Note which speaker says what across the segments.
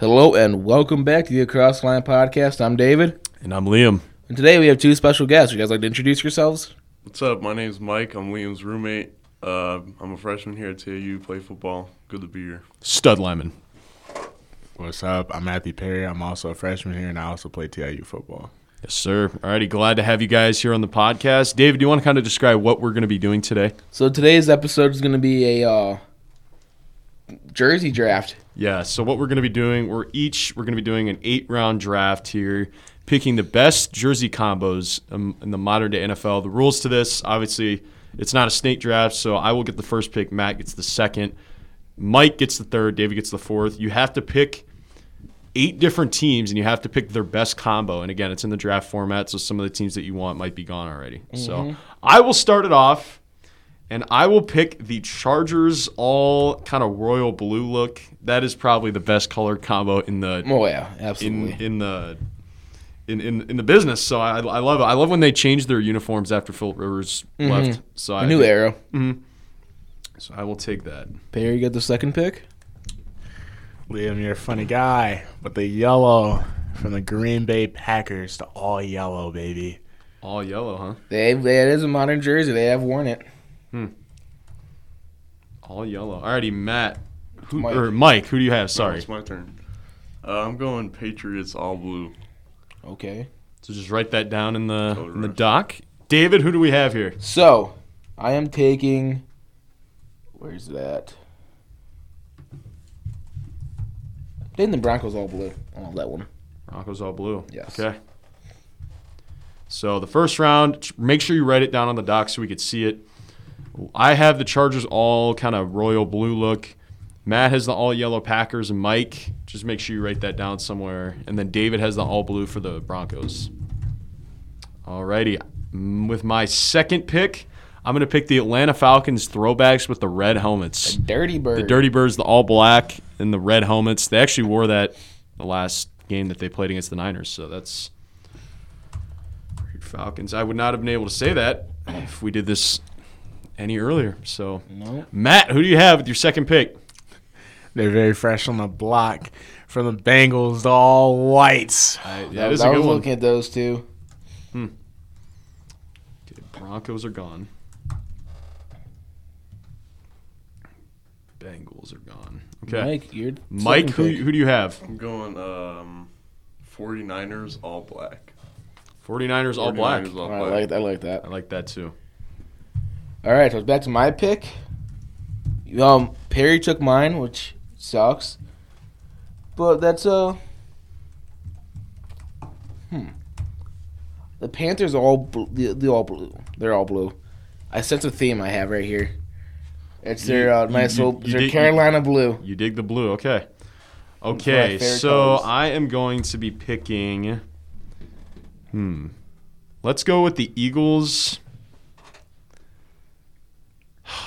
Speaker 1: Hello and welcome back to the Across the Line Podcast. I'm David,
Speaker 2: And I'm Liam.
Speaker 1: and today we have two special guests. Would you guys like to introduce yourselves?
Speaker 3: What's up? My name's Mike. I'm Liam's roommate. Uh, I'm a freshman here at TAU. Play football. Good to be here.
Speaker 2: Stud Lemon.
Speaker 4: What's up? I'm Matthew Perry. I'm also a freshman here, and I also play TIU football.
Speaker 2: Yes, sir. Alrighty, glad to have you guys here on the podcast. David, do you want to kind of describe what we're going to be doing today?
Speaker 1: So today's episode is going to be a uh, jersey draft.
Speaker 2: Yeah, so what we're going to be doing, we're each we're going to be doing an eight-round draft here, picking the best jersey combos um, in the modern day NFL. The rules to this, obviously, it's not a snake draft, so I will get the first pick. Matt gets the second. Mike gets the third. David gets the fourth. You have to pick eight different teams, and you have to pick their best combo. And again, it's in the draft format, so some of the teams that you want might be gone already. So I will start it off. And I will pick the Chargers all kind of royal blue look. That is probably the best color combo in the
Speaker 1: Oh yeah,
Speaker 2: in
Speaker 1: absolutely.
Speaker 2: in the in, in, in the business. So I, I love it. I love when they change their uniforms after Philip Rivers left. So I
Speaker 1: A new arrow.
Speaker 2: So I will take that.
Speaker 1: Perry, you got the second pick.
Speaker 4: Liam, you're a funny guy, but the yellow from the Green Bay Packers to all yellow, baby.
Speaker 2: All yellow, huh?
Speaker 1: They that is a modern jersey. They have worn it.
Speaker 2: All yellow. Alrighty, Matt. Who,
Speaker 1: Mike.
Speaker 2: Or Mike, who do you have?
Speaker 3: Oh,
Speaker 2: Sorry.
Speaker 3: it's my turn. Uh, I'm going Patriots all blue.
Speaker 1: Okay.
Speaker 2: So just write that down in the
Speaker 3: Totally
Speaker 2: in the
Speaker 3: right.
Speaker 2: doc. David, who do we have here?
Speaker 1: So I am taking. Where's that? Then the Broncos all blue. I love that one.
Speaker 2: Broncos all blue.
Speaker 1: Yes.
Speaker 2: Okay. So the first round, ch- make sure you write it down on the doc so we could see it. I have the Chargers all kind of royal blue look. Matt has the all yellow Packers, and Mike, just make sure you write that down somewhere. And then David has the all blue for the Broncos. Alrighty, Mm, with my second pick, I'm gonna pick the Atlanta Falcons throwbacks with the red helmets.
Speaker 1: Dirty Bird.
Speaker 2: The Dirty Birds, the all black and the red helmets. They actually wore that the last game that they played against the Niners. So that's Falcons. I would not have been able to say that if we did this any earlier. So
Speaker 1: No.
Speaker 2: Matt, who do you have with your second pick?
Speaker 4: They're very fresh on the block from the Bengals to all whites.
Speaker 2: I,
Speaker 1: I-
Speaker 2: that is
Speaker 1: I
Speaker 2: a
Speaker 1: was
Speaker 2: good one.
Speaker 1: looking at those two.
Speaker 2: Okay, Broncos are gone. Bengals are gone. Okay.
Speaker 1: Mike,
Speaker 2: Mike,
Speaker 1: you're
Speaker 2: who,
Speaker 1: second pick.
Speaker 2: who do you have?
Speaker 3: I'm going um, 49ers all black.
Speaker 2: 49ers, all black.
Speaker 3: 49ers all
Speaker 1: I
Speaker 3: black.
Speaker 1: like I like that.
Speaker 2: I like that too.
Speaker 1: All right, so it's back to my pick. Um, Perry took mine, which sucks, but that's uh, hmm. The Panthers are all bl- the, the all blue. They're all blue. I sense a theme I have right here. It's their
Speaker 2: You-
Speaker 1: uh,
Speaker 2: you-
Speaker 1: nice
Speaker 2: you-
Speaker 1: little
Speaker 2: you
Speaker 1: their
Speaker 2: did- you-
Speaker 1: Carolina blue.
Speaker 2: You dig the blue, okay.
Speaker 1: my
Speaker 2: Okay,
Speaker 1: fair
Speaker 2: so
Speaker 1: colors.
Speaker 2: I am going to be picking. Hmm. Let's go with the Eagles.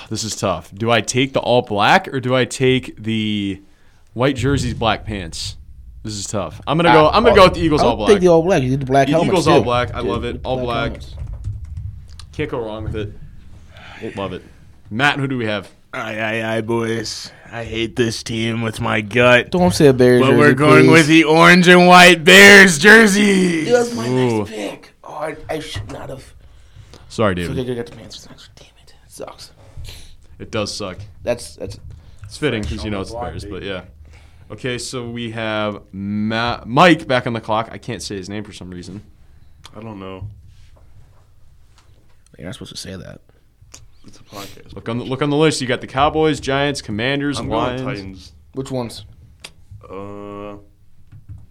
Speaker 2: This is tough. Do I take the all black or do I take the white jerseys, black pants? This is tough. I'm gonna go. I'm gonna go with the Eagles
Speaker 1: Ah, oh. I would
Speaker 2: all
Speaker 1: Take
Speaker 2: black.
Speaker 1: the all black. You did the black
Speaker 2: The
Speaker 1: helmets.
Speaker 2: Eagles all
Speaker 1: too.
Speaker 2: black. I
Speaker 1: Did
Speaker 2: love it.
Speaker 1: the
Speaker 2: All black.
Speaker 1: helmets.
Speaker 2: Can't go wrong with it. Love it. Matt, who do we have?
Speaker 4: Aye, aye, aye, boys. I hate this team with my gut.
Speaker 1: Don't say a Bears.
Speaker 4: But
Speaker 1: jersey,
Speaker 4: we're going
Speaker 1: please.
Speaker 4: with the orange and white Bears jersey.
Speaker 1: It was my
Speaker 2: Ooh.
Speaker 1: next pick. Oh, I, I should not have.
Speaker 2: Sorry,
Speaker 1: Okay,
Speaker 2: David.
Speaker 1: good, got the Panthers next. Damn it, it sucks.
Speaker 2: It does suck.
Speaker 1: That's that's
Speaker 2: It's fitting because you know it's the
Speaker 4: block,
Speaker 2: Bears,
Speaker 4: dude.
Speaker 2: but yeah. Okay, so we have Ma- Mike back on the clock. I can't say his name for some reason.
Speaker 3: I don't know.
Speaker 1: You're not supposed to say that.
Speaker 3: It's a podcast.
Speaker 2: Look on the look on the list. You got the Cowboys, Giants, Commanders,
Speaker 3: I'm
Speaker 2: Lions.
Speaker 3: going Titans.
Speaker 1: Which ones?
Speaker 3: Uh,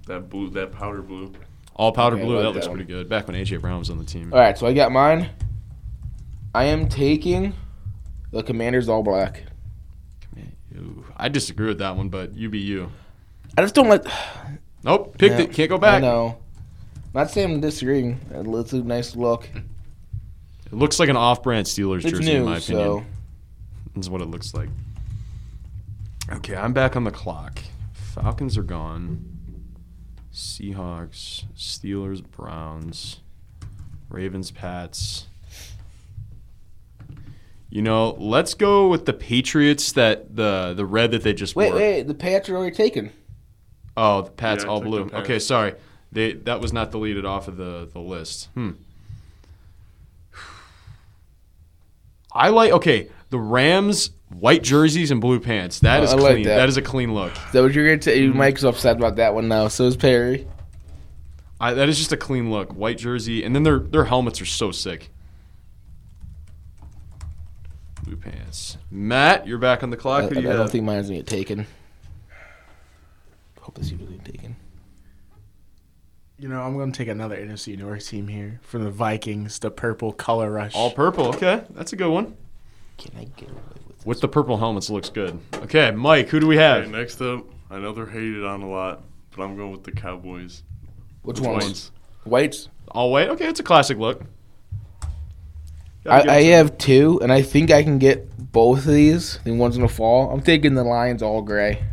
Speaker 3: that blue, that powder blue.
Speaker 2: All powder
Speaker 1: Okay, I
Speaker 2: blue.
Speaker 1: like
Speaker 2: That
Speaker 1: that
Speaker 2: looks
Speaker 1: one.
Speaker 2: pretty good. Back when AJ Brown was on the team.
Speaker 1: All right, so I got mine. I am taking the Commanders all black.
Speaker 2: Ooh, I disagree with that one, but you be you.
Speaker 1: I just don't like.
Speaker 2: Nope, picked
Speaker 1: Yeah.
Speaker 2: it. Can't go
Speaker 1: I
Speaker 2: back.
Speaker 1: know. Not saying I'm disagreeing. It's a nice look.
Speaker 2: It looks like an off-brand Steelers
Speaker 1: It's
Speaker 2: jersey,
Speaker 1: new,
Speaker 2: in my
Speaker 1: so
Speaker 2: opinion. is what it looks like. Okay, I'm back on the clock. Falcons are gone. Seahawks, Steelers, Browns, Ravens, Pats. You know, let's go with the Patriots that the the red that they just
Speaker 1: wait,
Speaker 2: wore.
Speaker 1: wait, the Pats are already taken.
Speaker 2: Oh, the Pats
Speaker 3: Yeah, I
Speaker 2: all
Speaker 3: took
Speaker 2: blue.
Speaker 3: the Pats.
Speaker 2: Okay, sorry. They that was not deleted off of the the list. Hmm. I like okay the Rams white jerseys and blue pants. That
Speaker 1: Oh,
Speaker 2: is
Speaker 1: I
Speaker 2: clean.
Speaker 1: like that.
Speaker 2: that is a clean look.
Speaker 1: Is that what you're going to tell?
Speaker 2: Mm-hmm.
Speaker 1: Mike's upset about that one now. So is Perry.
Speaker 2: I, that is just a clean look. White jersey, and then their their helmets are so sick. Blue pants. Matt, you're back on the
Speaker 1: I,
Speaker 2: clock.
Speaker 1: I-
Speaker 2: Who do
Speaker 1: I
Speaker 2: you
Speaker 1: don't
Speaker 2: have?
Speaker 1: think mine's going to get taken. Hope this is really taken.
Speaker 4: You know, I'm going to take another NFC North team here from the Vikings, the purple color rush.
Speaker 2: all purple. Okay, that's a good one.
Speaker 1: Can I get away with
Speaker 2: With the purple helmets, looks good. Okay, Mike, who do we have?
Speaker 3: Okay, next up, I know they're hated on a lot, but I'm going with the Cowboys.
Speaker 1: Which,
Speaker 3: The
Speaker 1: ones?
Speaker 3: Whites.
Speaker 1: Whites.
Speaker 2: All white. Okay, it's a classic look.
Speaker 1: I,
Speaker 2: Gotta
Speaker 1: I
Speaker 2: give it
Speaker 1: have two, and I think I can get both of these. I think one's gonna fall. I'm taking the Lions all gray.
Speaker 2: to-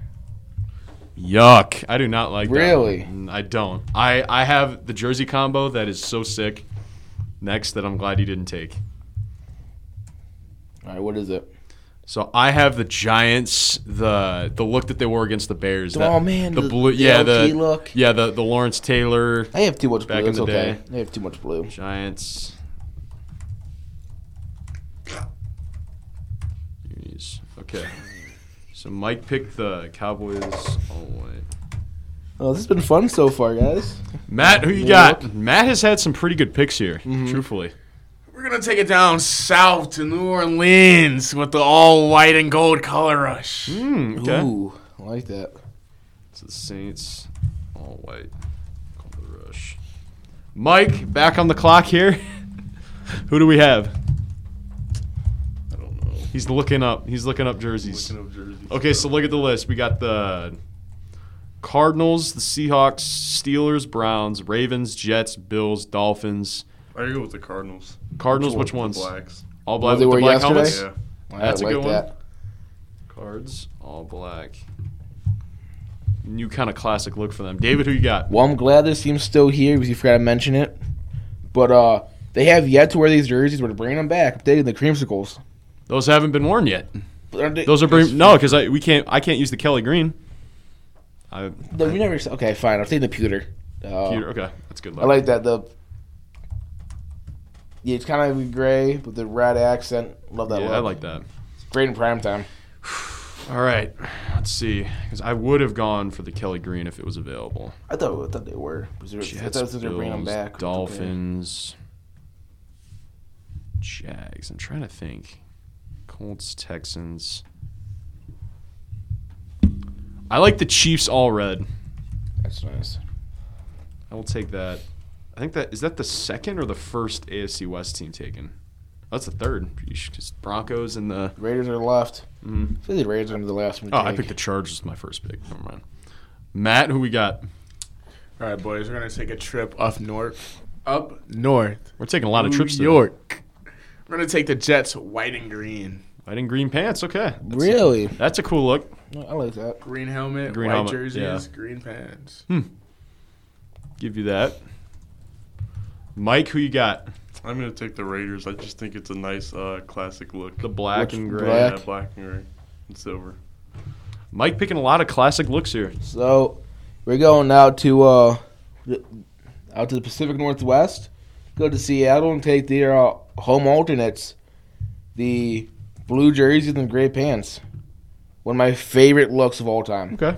Speaker 2: Yuck! I do not like that
Speaker 1: Really?
Speaker 2: one. I don't. I I have the jersey combo that is so sick. Next, that I'm glad you didn't take.
Speaker 1: All right, what is it?
Speaker 2: So I have the Giants, the the look that they wore against the Bears.
Speaker 1: oh
Speaker 2: that-
Speaker 1: man,
Speaker 2: the blue, yeah, the
Speaker 1: LT look.
Speaker 2: yeah, the the Lawrence Taylor
Speaker 1: I have too much blue.
Speaker 2: Back in
Speaker 1: It's
Speaker 2: the
Speaker 1: okay.
Speaker 2: day.
Speaker 1: I have too much blue.
Speaker 2: Giants. Unis. Okay. So Mike picked the Cowboys all the way.
Speaker 1: Oh, this has been fun so far, guys.
Speaker 2: Matt, who you got? Mm-hmm. Matt has had some pretty good picks here, truthfully.
Speaker 4: We're going to take it down south to New Orleans with the all white and gold color rush.
Speaker 2: Mm, okay.
Speaker 1: Ooh, I like that.
Speaker 2: So the Saints, all white. Call the rush. Mike, back on the clock here. who do we have?
Speaker 3: I don't know.
Speaker 2: He's looking up. He's looking up jerseys.
Speaker 3: Looking up jerseys.
Speaker 2: Okay, so look at the list. We got the Cardinals, the Seahawks, Steelers, Browns, Ravens, Jets, Bills, Dolphins.
Speaker 3: I go with the Cardinals.
Speaker 2: Cardinals, which,
Speaker 1: Which
Speaker 2: ones?
Speaker 3: Blacks.
Speaker 2: All black.
Speaker 1: Ones they
Speaker 2: with
Speaker 1: wore
Speaker 2: the black
Speaker 1: yesterday?
Speaker 2: helmets?
Speaker 3: Yeah.
Speaker 1: I
Speaker 2: That's a
Speaker 1: like
Speaker 2: good
Speaker 1: that.
Speaker 2: one. Cards, all black. New kind of classic look for them. David, who you got?
Speaker 1: Well, I'm glad this team's still here because you forgot to mention it. But uh, they have yet to wear these jerseys. We're bringing them back. I'm taking the creamsicles.
Speaker 2: Those haven't been worn yet.
Speaker 1: Aren't they-
Speaker 2: Those are bring, no, because I we can't. I can't use the Kelly green. I
Speaker 1: No, we never. Okay, fine. I'm taking the pewter. Uh,
Speaker 2: Peter, okay, that's good. Luck.
Speaker 1: I like that. The yeah, it's kind of gray with the red accent. Love that.
Speaker 2: Yeah,
Speaker 1: look.
Speaker 2: I like that.
Speaker 1: Great in prime time.
Speaker 2: All right, let's see. Because I would have gone for the Kelly green if it was available.
Speaker 1: I thought I thought they were. I thought
Speaker 2: Jets,
Speaker 1: since they were bringing them
Speaker 2: Bills,
Speaker 1: back.
Speaker 2: Dolphins, Jags. I'm trying to think. Colts, Texans. I like the Chiefs all red.
Speaker 1: That's nice.
Speaker 2: I will take that. I think that is that the second or the first AFC West team taken. Oh, That's the third. Because Broncos and the.
Speaker 1: Raiders are left.
Speaker 2: Mm.
Speaker 1: I feel the Raiders are the last one. to
Speaker 2: Oh, I
Speaker 1: take.
Speaker 2: picked the Chargers as my first pick. Never mind. Matt, who we got?
Speaker 4: All right, boys, we're going to take a trip up north. Up north.
Speaker 2: We're taking a lot of
Speaker 4: New
Speaker 2: trips. today.
Speaker 4: York. We're going to take the Jets white and green.
Speaker 2: White and green pants. Okay. That's a-
Speaker 1: Really,
Speaker 2: that's a cool look.
Speaker 1: I like that.
Speaker 4: Green helmet,
Speaker 2: Green
Speaker 4: white
Speaker 2: helmet,
Speaker 4: jerseys,
Speaker 2: yeah.
Speaker 4: green pants.
Speaker 2: Give you that. Mike, who you got?
Speaker 3: I'm gonna take the Raiders. I just think it's a nice uh, classic look.
Speaker 2: The black
Speaker 1: Which
Speaker 2: and gray.
Speaker 1: black?
Speaker 3: Yeah, black and gray and silver.
Speaker 2: Mike picking a lot of classic looks here.
Speaker 1: So we're going out to uh, the- out to the Pacific Northwest. Go to Seattle and take their uh, home alternates, the blue jerseys and the gray pants. One of my favorite looks of all time.
Speaker 2: Okay.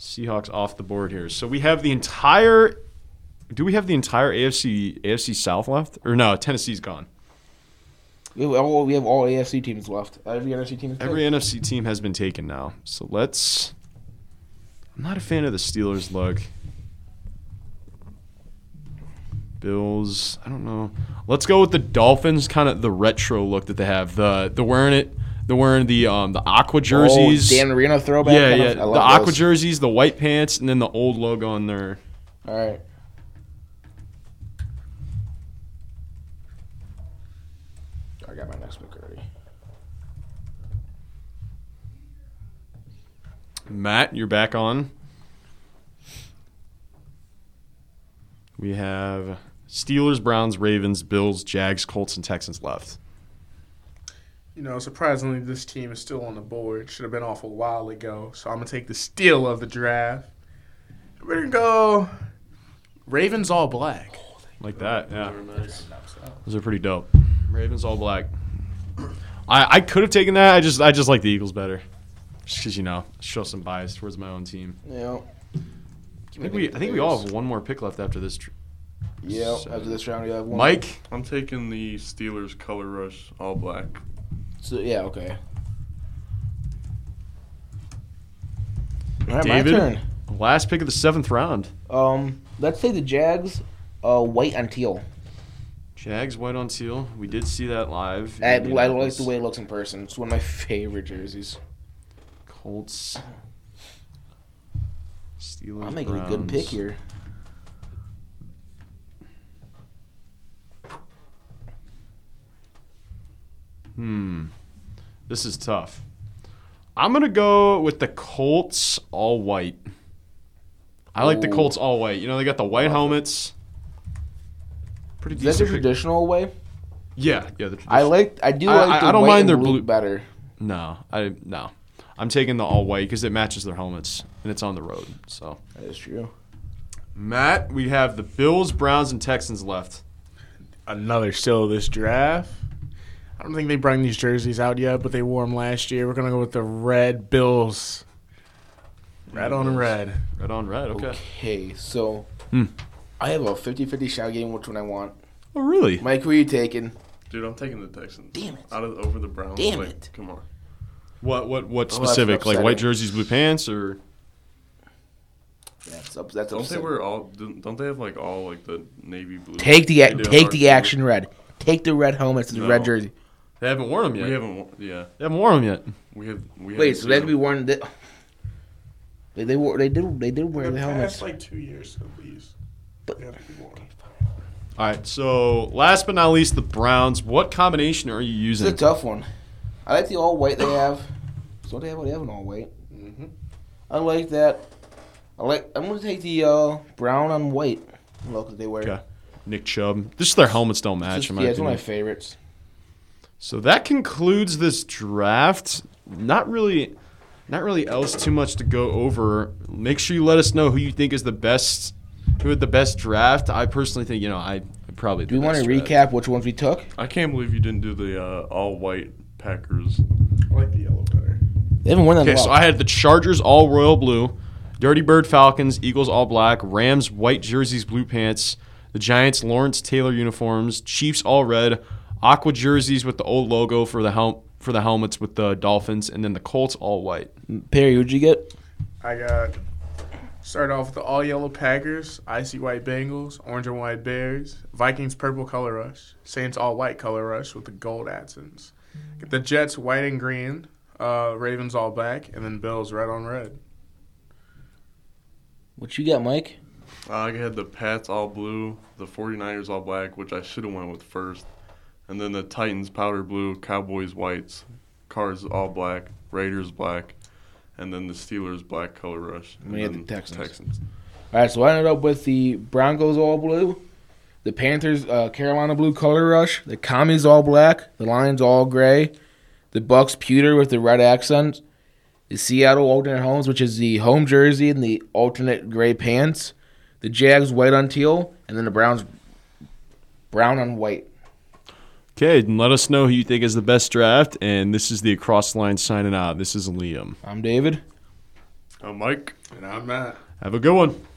Speaker 2: Seahawks off the board here. So we have the entire. Do we have the entire AFC AFC South left? Or no, Tennessee's gone.
Speaker 1: We have all, we have all AFC teams left. Every NFC team is
Speaker 2: Every
Speaker 1: picked.
Speaker 2: NFC team has been taken now. So let's. I'm not a fan of the Steelers look. Bills, I don't know. Let's go with the Dolphins, kind of the retro look that they have. The the wearing it, they're wearing the um the aqua jerseys.
Speaker 1: Oh, Dan Marino throwback.
Speaker 2: yeah,
Speaker 1: kind
Speaker 2: yeah,
Speaker 1: of. I
Speaker 2: the
Speaker 1: love
Speaker 2: aqua
Speaker 1: those.
Speaker 2: jerseys, the white pants, and then the old logo on their
Speaker 1: All right. I got my next pick already.
Speaker 2: Matt, you're back on. We have Steelers, Browns, Ravens, Bills, Jags, Colts, and Texans left.
Speaker 5: You know, surprisingly, this team is still on the board. Should have been off a while ago. So I'm gonna take the steal of the draft. We're gonna go Ravens all black.
Speaker 2: Like that, yeah.
Speaker 3: Very nice.
Speaker 2: Those are pretty dope. Ravens all black. I, I could have taken that. I just I just like the Eagles better, just because you know show some bias towards my own team.
Speaker 1: Yeah.
Speaker 2: I think we I think we all have one more pick left after this. tr-
Speaker 1: Yeah,
Speaker 2: So-
Speaker 1: after this round, you have one.
Speaker 2: Mike,
Speaker 3: I'm taking the Steelers color rush all black.
Speaker 1: So, yeah, okay. All right,
Speaker 2: David?
Speaker 1: my turn.
Speaker 2: last pick of the seventh round.
Speaker 1: Um, let's say the Jags, uh, white and teal.
Speaker 2: Jags white on teal. We did see that live.
Speaker 1: I, I like the way it looks in person. It's one of my favorite jerseys.
Speaker 2: Colts. Steelers.
Speaker 1: I'm making a good pick
Speaker 2: Browns.
Speaker 1: here.
Speaker 2: Hmm. This is tough. I'm going to go with the Colts all white. I like the
Speaker 1: Ooh.
Speaker 2: Colts all white. You know, they got the white helmets. Pretty
Speaker 1: Is that the
Speaker 2: decent. pick.
Speaker 1: traditional way?
Speaker 2: Yeah, yeah. The
Speaker 1: I like. I do
Speaker 2: I-
Speaker 1: like.
Speaker 2: I-
Speaker 1: the
Speaker 2: I don't
Speaker 1: white
Speaker 2: mind
Speaker 1: and
Speaker 2: their
Speaker 1: blue
Speaker 2: blue-
Speaker 1: better.
Speaker 2: No, I no. I'm taking the all white because it matches their helmets and it's on the road. So
Speaker 1: That is true.
Speaker 2: Matt, we have the Bills, Browns, and Texans left.
Speaker 4: Another still this draft. I don't think they bring these jerseys out yet, but they wore them last year. We're gonna go with the red Bills. Red on red.
Speaker 2: Red on red. Okay.
Speaker 1: Okay, so
Speaker 2: Hmm.
Speaker 1: I have a 50-50 shot game. Which one I want?
Speaker 2: Oh really?
Speaker 1: Mike, who are you taking?
Speaker 3: Dude, I'm taking the Texans.
Speaker 1: Damn it.
Speaker 3: Out of over the Browns.
Speaker 1: Damn
Speaker 3: Like,
Speaker 1: it.
Speaker 3: Come on.
Speaker 2: What what what
Speaker 1: Oh, that's
Speaker 2: specific? like white
Speaker 1: upsetting.
Speaker 2: jerseys, blue pants, or
Speaker 1: That's up. That's
Speaker 3: Don't they
Speaker 1: upset.
Speaker 3: wear all? Don't don't they have like all like the navy blue?
Speaker 1: Take the
Speaker 3: They do.
Speaker 1: take the action red. Take the red helmets and the red
Speaker 3: No.
Speaker 1: jersey.
Speaker 2: they haven't worn them yet?
Speaker 3: We haven't. wo- Yeah,
Speaker 2: they haven't worn them yet.
Speaker 3: we have. We
Speaker 1: Wait,
Speaker 3: haven't
Speaker 1: so
Speaker 3: seen
Speaker 1: they had to be
Speaker 3: them.
Speaker 1: worn. They, they, they wore. They did. They did wear the helmets.
Speaker 5: like two years at least.
Speaker 1: But-
Speaker 2: All right. So last but not least, the Browns. What combination are you
Speaker 1: This is a
Speaker 2: using?
Speaker 1: tough one. I like the all white they have. So they have. They have an all white.
Speaker 2: Mm-hmm.
Speaker 1: I like that. I like. I'm gonna take the uh, brown on white look that they wear.
Speaker 2: Okay. Nick Chubb. Just their helmets don't match.
Speaker 1: Just-
Speaker 2: in my
Speaker 1: yeah, it's one of
Speaker 2: opinion.
Speaker 1: my favorites.
Speaker 2: So that concludes this draft. Not really not really else too much to go over. Make sure you let us know who you think is the best who had the best draft. I personally think, you know, I I probably
Speaker 1: Do we want to recap which ones we took?
Speaker 3: I can't believe you didn't do the uh, all white Packers.
Speaker 5: I like the yellow better.
Speaker 1: They haven't won that
Speaker 2: Okay,
Speaker 1: in a
Speaker 2: so
Speaker 1: while.
Speaker 2: I had the Chargers all royal blue, Dirty Bird Falcons, Eagles all black, Rams white jerseys, blue pants, the Giants Lawrence Taylor uniforms, Chiefs all red, aqua jerseys with the old logo for the helm for the helmets with the Dolphins, and then the Colts all white.
Speaker 1: Perry, who'd you get?
Speaker 5: I got start off with the all yellow Packers, icy white Bengals, orange and white Bears, Vikings purple color rush, Saints all white color rush with the gold accents. Get the Jets white and green, uh, Ravens all black, and then Bills red on red.
Speaker 1: What you got, Mike?
Speaker 3: I had the Pats all blue, the 49ers all black, which I should have went with first, and then the Titans powder blue, Cowboys whites, Cards all black, Raiders black, and then the Steelers black color rush. And
Speaker 1: We had
Speaker 3: then
Speaker 1: the Texans.
Speaker 3: Texans.
Speaker 1: All right, so I ended up with the Broncos all blue, the Panthers uh, Carolina blue color rush, the Commies all black, the Lions all gray, the Bucks pewter with the red accent, the Seattle alternate homes, which is the home jersey and the alternate gray pants, the Jags white on teal, and then the Browns brown on white.
Speaker 2: Okay, and let us know who you think is the best draft. And this is the Across the Line signing out. This is Liam.
Speaker 1: I'm David.
Speaker 3: Uh, Mike.
Speaker 5: And I'm not.
Speaker 2: Have a good one.